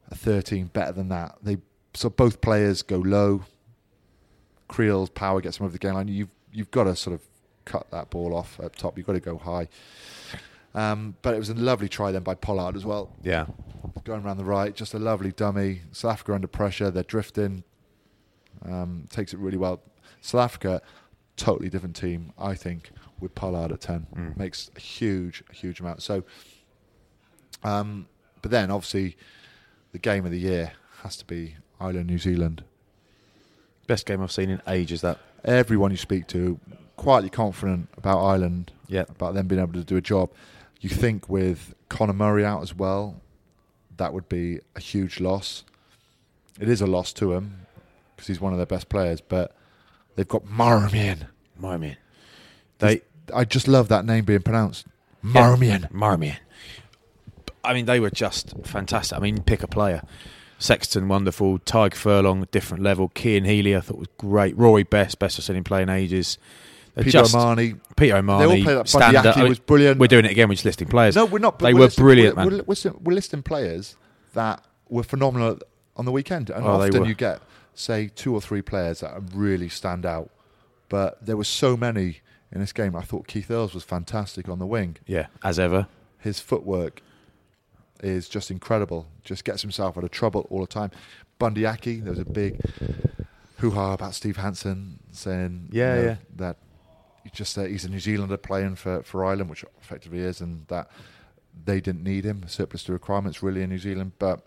A: a 13 better than that. They so both players go low. Creel's power gets him over the game line. You've you've got to sort of cut that ball off up top. You've got to go high. Um, but it was a lovely try then by Pollard as well
C: yeah.
A: going around the right, just a lovely dummy. South Africa under pressure, they're drifting. Um, takes it really well. South Africa, totally different team, I think, with Pollard at ten,
C: Mm.
A: makes a huge, huge amount. So, um, but then obviously, the game of the year has to be Ireland New Zealand.
C: Best game I've seen in ages. That.
A: Everyone you speak to, quietly confident about Ireland,
C: Yeah.
A: about them being able to do a job. You think with Conor Murray out as well, that would be a huge loss. It is a loss to him because he's one of their best players, but they've got Marmion.
C: Marmion. They
A: I just love that name being pronounced. Marmion.
C: Marmion. I mean, they were just fantastic. I mean, pick a player. Sexton, wonderful. Tyg Furlong, different level. Kean Healy, I thought was great. Rory Best, best I've seen him play in ages. They're
A: Peter
C: just-
A: Armani.
C: Peter Omani.
A: They all play that
C: stand
A: Bundyaki
C: up. I mean,
A: was brilliant.
C: We're doing it again. We're just listing players.
A: No, we're not. but
C: They
A: we're
C: were
A: listing-
C: brilliant,
A: we're,
C: man.
A: We're, listing, we're listing players that were phenomenal on the weekend, and
C: Oh, they
A: often
C: were.
A: you get say two or three players that really stand out. But there were so many in this game. I thought Keith Earls was fantastic on the wing.
C: yeah, as ever.
A: His footwork is just incredible. Just gets himself out of trouble all the time. Bundyaki, there was a big hoo ha about Steve Hansen saying, you
C: Yeah,
A: know,
C: yeah.
A: that he just uh, he's a New Zealander playing for for Ireland, which effectively is, and that they didn't need him, surplus to requirements really in New Zealand, but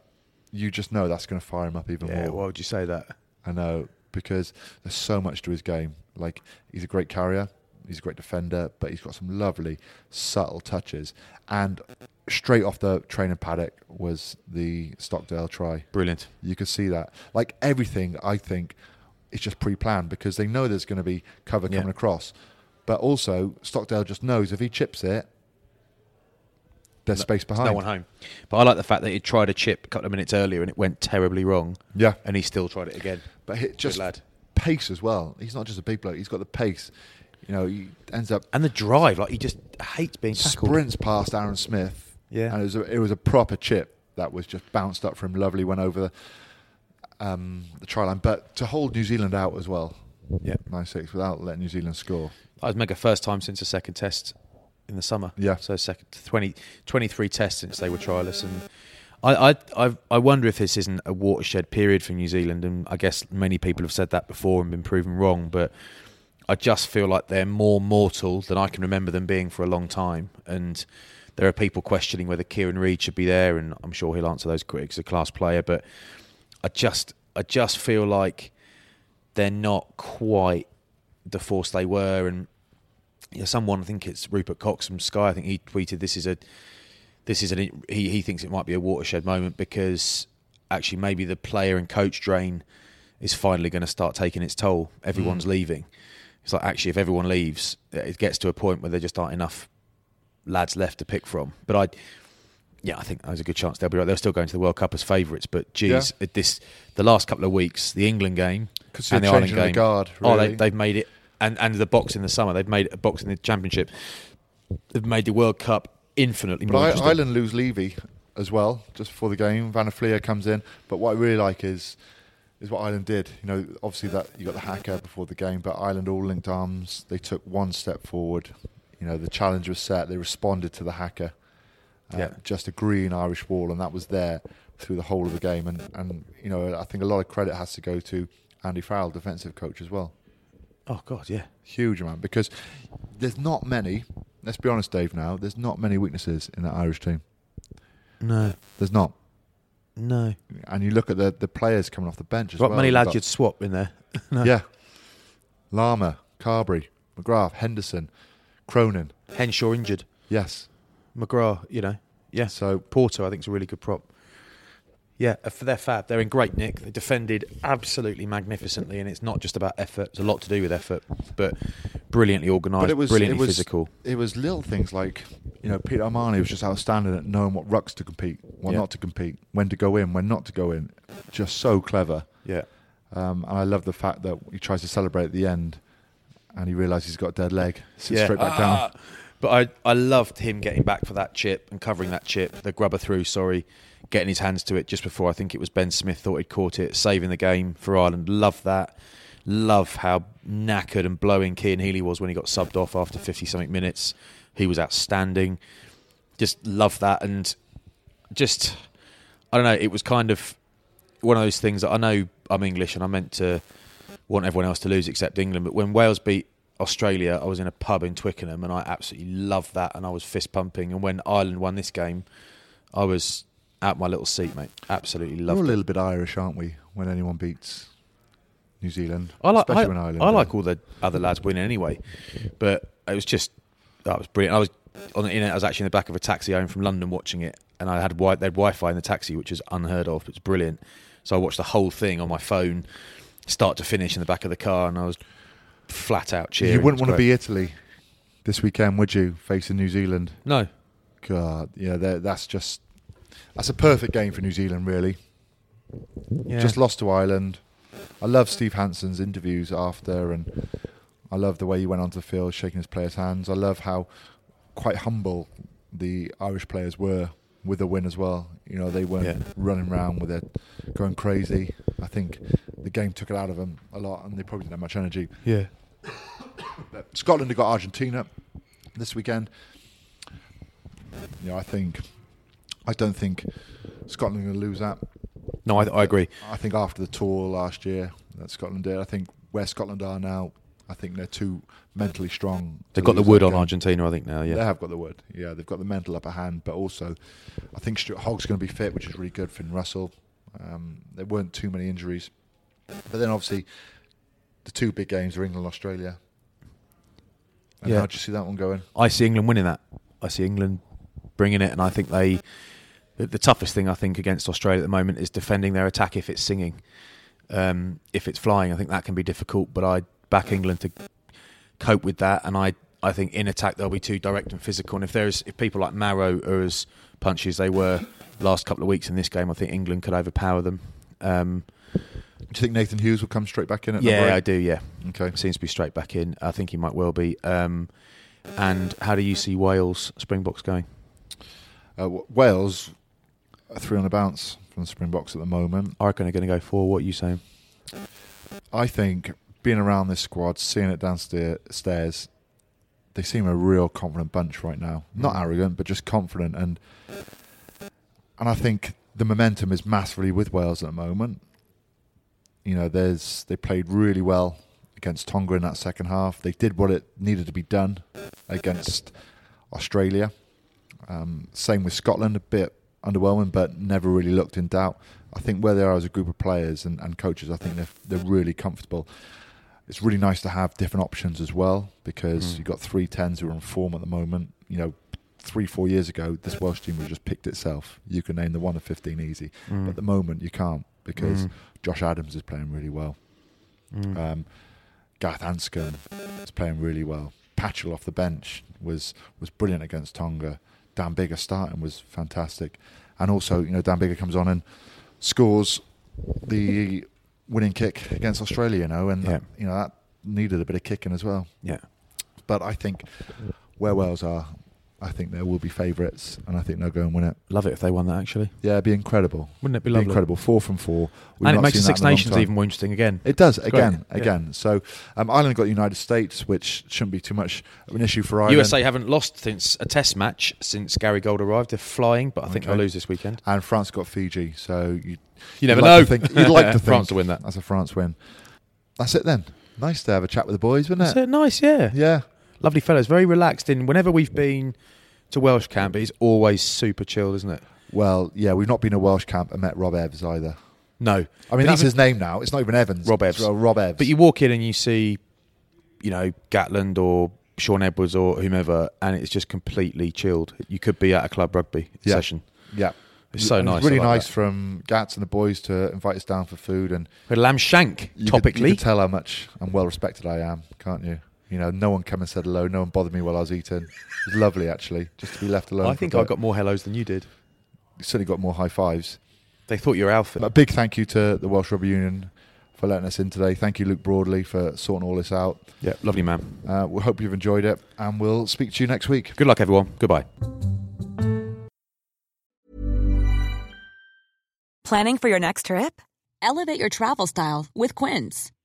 A: you just know that's going to fire him up even
C: Yeah,
A: more.
C: why would you say that?
A: I know because there's so much to his game. Like he's a great carrier, he's a great defender, but he's got some lovely subtle touches. And straight off the training paddock was the Stockdale try.
C: Brilliant.
A: You could see that. Like everything, I think, it's just pre-planned because they know there's going to be cover
C: Yeah.
A: coming across. But also, Stockdale just knows if he chips it, there's
C: No-
A: space
C: there's
A: behind.
C: No one home. But I like the fact that he tried a chip a couple of minutes earlier and it went terribly wrong.
A: Yeah.
C: And he still tried it again.
A: But he
C: Good
A: just
C: lad.
A: pace as well. He's not just a big bloke. He's got the pace. You know, he ends up
C: and the drive. Like he just hates being tackled.
A: sprints past Aaron Smith.
C: Yeah.
A: and it was a, it was a proper chip that was just bounced up from lovely. Went over the, um, the try line, but to hold New Zealand out as well.
C: Yeah.
A: nine six without letting New Zealand score.
C: I was mega first time since the second test in the summer.
A: Yeah.
C: So second 20, 23 tests since they were trialists, and I I i I wonder if this isn't a watershed period for New Zealand, and I guess many people have said that before and been proven wrong, but I just feel like they're more mortal than I can remember them being for a long time, and. There are people questioning whether Kieran Reid should be there, and I'm sure he'll answer those quick. He's a class player, but I just, I just feel like they're not quite the force they were. And you know, someone, I think it's Rupert Cox from Sky, I think he tweeted, "This is a, this is an he he thinks it might be a watershed moment because actually maybe the player and coach drain is finally going to start taking its toll. Everyone's
A: Mm.
C: leaving. It's like actually, if everyone leaves, it gets to a point where there just aren't enough lads left to pick from. But I, yeah, I think there's a good chance they'll be right. They're still going to the World Cup as favourites, but geez,
A: Yeah.
C: it this the last couple of weeks, the England game
A: Could see
C: and
A: a
C: the Ireland
A: change in the
C: game,
A: guard,
C: oh, they,
A: really.
C: they've made it, and and the box in the summer, they've made a box in the Championship, they've made the World Cup infinitely
A: But
C: more.
A: I,
C: interesting.
A: Ireland lose Levy as well just before the game. Van Fleer comes in, but what I really like is is what Ireland did. You know, obviously that you got the hacker before the game, but Ireland all linked arms. They took one step forward. You know, the challenge was set. They responded to the hacker. Uh,
C: Yeah.
A: Just a green Irish wall, and that was there through the whole of the game. And and you know, I think a lot of credit has to go to Andy Farrell, defensive coach as well
C: oh god, yeah,
A: huge amount because there's not many. Let's be honest, Dave. Now there's not many weaknesses in that Irish team.
C: no,
A: There's not,
C: no.
A: and you look at the the players coming off the bench as
C: What
A: well.
C: many
A: You've
C: lads
A: got-
C: you'd swap in there? No.
A: Yeah, Lama, Carberry, McGrath, Henderson, Cronin.
C: Henshaw injured,
A: Yes,
C: McGrath, you know, yeah.
A: So-
C: Porter, I think, is a really good prop. Yeah, uh, they're fab. They're in great nick. They defended absolutely magnificently, and it's not just about effort. It's a lot to do with effort, but brilliantly organised, brilliantly physical.
A: It was little things like you know Peter Armani was just outstanding at knowing what rucks to compete, what
C: Yeah.
A: not to compete, when to go in, when not to go in. Just so clever.
C: Yeah.
A: Um, and I love the fact that he tries to celebrate at the end and he realises he's got a dead leg. Sits straight back down.
C: Ah. But I, I loved him getting back for that chip and covering that chip, the grubber through, sorry, getting his hands to it just before I think it was Ben Smith thought he'd caught it, saving the game for Ireland. Love that. Love how knackered and blowing Kean Healy was when he got subbed off after 50 something minutes. He was outstanding. Just love that. And just, I don't know, it was kind of one of those things that I know I'm English and I meant to want everyone else to lose except England. But when Wales beat Australia, I was in a pub in Twickenham and I absolutely loved that and I was fist pumping. And when Ireland won this game, I was out my little seat, mate. Absolutely
A: We're a
C: loved it.
A: little bit Irish, aren't we, when anyone beats New Zealand?
C: I like
A: especially
C: I,
A: when Ireland
C: I
A: do.
C: like all the other lads winning anyway, but it was just that was brilliant. I was on the internet. I was actually in the back of a taxi home from London watching it, and I had wi- they had Wi-Fi in the taxi, which is unheard of. It was brilliant. So I watched the whole thing on my phone, start to finish, in the back of the car, and I was flat out cheering.
A: You wouldn't
C: It was
A: want to
C: great.
A: be Italy this weekend, would you, facing New Zealand?
C: no.
A: God, yeah, that- that's just that's a perfect game for New Zealand, really. Just lost to Ireland. I love Steve Hansen's interviews after, and I love the way he went onto the field, shaking his players' hands. I love how quite humble the Irish players were with the win as well. You know, they weren't
C: Yeah.
A: running around with it, going crazy. I think the game took it out of them a lot, and they probably didn't have much energy.
C: yeah.
A: But Scotland have got Argentina this weekend. You know, I think I don't think Scotland are going to lose that.
C: No, I, I agree.
A: I think after the tour last year that Scotland did, I think where Scotland are now, I think they're too mentally strong.
C: They've got the wood on Argentina, I think now. Yeah,
A: They have got the wood. Yeah, they've got the mental upper hand, but also, I think Stuart Hogg's going to be fit, which is really good. Finn Russell. Um, there weren't too many injuries, but then obviously, the two big games are England Australia. And
C: Yeah.
A: how do you see that one going?
C: I see England winning that. I see England bringing it, and I think they. The, the toughest thing I think against Australia at the moment is defending their attack if it's singing, um, if it's flying. I think that can be difficult, but I back England to cope with that, and I. I think in attack they'll be too direct and physical, and if there's if people like Marrow are as punchy as they were last couple of weeks in this game, I think England could overpower them. Um,
A: Do you think Nathan Hughes will come straight back in? At number
C: yeah,
A: eight?
C: I do. Yeah.
A: Okay.
C: Seems to be straight back in. I think he might well be. Um, and how do you see Wales Springboks going?
A: Uh, w- Wales are three on a bounce from the Springboks at the moment.
C: I reckon they're going to go four. What are you saying?
A: I think being around this squad, seeing it downstairs, they seem a real confident bunch right now. Not arrogant, but just confident. And and I think the momentum is massively with Wales at the moment. You know, there's they played really well against Tonga in that second half. They did what it needed to be done against Australia. Um, same with Scotland, a bit underwhelming, but never really looked in doubt. I think where they are as a group of players and, and coaches, I think they're they're really comfortable. It's really nice to have different options as well because
C: Mm.
A: you've got three tens who are on form at the moment. You know, three four years ago, this Welsh team would have just picked itself. You can name the one of fifteen easy,
C: Mm.
A: but at the moment you can't because
C: Mm.
A: Josh Adams is playing really well.
C: Mm.
A: Um, Gareth Anscombe is playing really well. Patchell off the bench was was brilliant against Tonga. Dan Bigger starting was fantastic, and also you know Dan Bigger comes on and scores the winning kick against Australia. You know, and
C: Yeah.
A: you know that needed a bit of kicking as well.
C: Yeah.
A: But I think where Wales are, I think they will be favourites, and I think they'll go and win it.
C: Love it if they won that actually.
A: Yeah, it'd be incredible.
C: Wouldn't it be
A: Be
C: lovely?
A: incredible. Four from four. We've
C: and it
A: not
C: makes the
A: seen that
C: Six
A: in a long
C: Nations
A: time.
C: even more interesting again.
A: It does
C: It's great.
A: again,
C: Yeah.
A: again. So um, Ireland got the United States, which shouldn't be too much of an issue for Ireland.
C: USA haven't lost since a Test match since Gary Gold arrived. They're flying, but I think
A: Okay.
C: they'll lose this weekend.
A: and France got Fiji. So you,
C: You
A: you'd like
C: never know.
A: To think, you'd like to think
C: France will win that.
A: That's a France win. That's it then. Nice to have a chat with the boys, wasn't it?
C: So nice, yeah.
A: Yeah.
C: Lovely fellows, very relaxed. In whenever we've been to Welsh camp, it's always super chilled, isn't it?
A: Well, yeah, we've not been to Welsh camp and met Rob Evans either.
C: No,
A: I mean,
C: But
A: that's
C: even-
A: his name now. It's not even Evans.
C: Rob
A: It's
C: Evans.
A: Rob Evans.
C: But you walk in and you see, you know, Gatland or Sean Edwards or whomever, and it's just completely chilled. You could be at a club rugby
A: Yeah.
C: session.
A: yeah.
C: It's so
A: And
C: nice.
A: Really
C: I like
A: nice
C: that.
A: from Gats and the boys to invite us down for food and
C: With lamb shank,
A: you could- you
C: topically.
A: could tell how much and well respected I am, can't you? You know, no one came and said hello. No one bothered me while I was eating. It was lovely, actually, just to be left alone.
C: I
A: for
C: think
A: a
C: I
A: bit.
C: got more hellos than you did.
A: certainly got more high fives.
C: They thought you were Alfred.
A: A big thank you to the Welsh Rugby Union for letting us in today. Thank you, Luke Broadley, for sorting all this out.
C: Yeah, lovely man.
A: Uh, we hope you've enjoyed it, and we'll speak to you next week.
C: Good luck, everyone. Goodbye.
I: Planning for your next trip?
J: Elevate your travel style with Quince.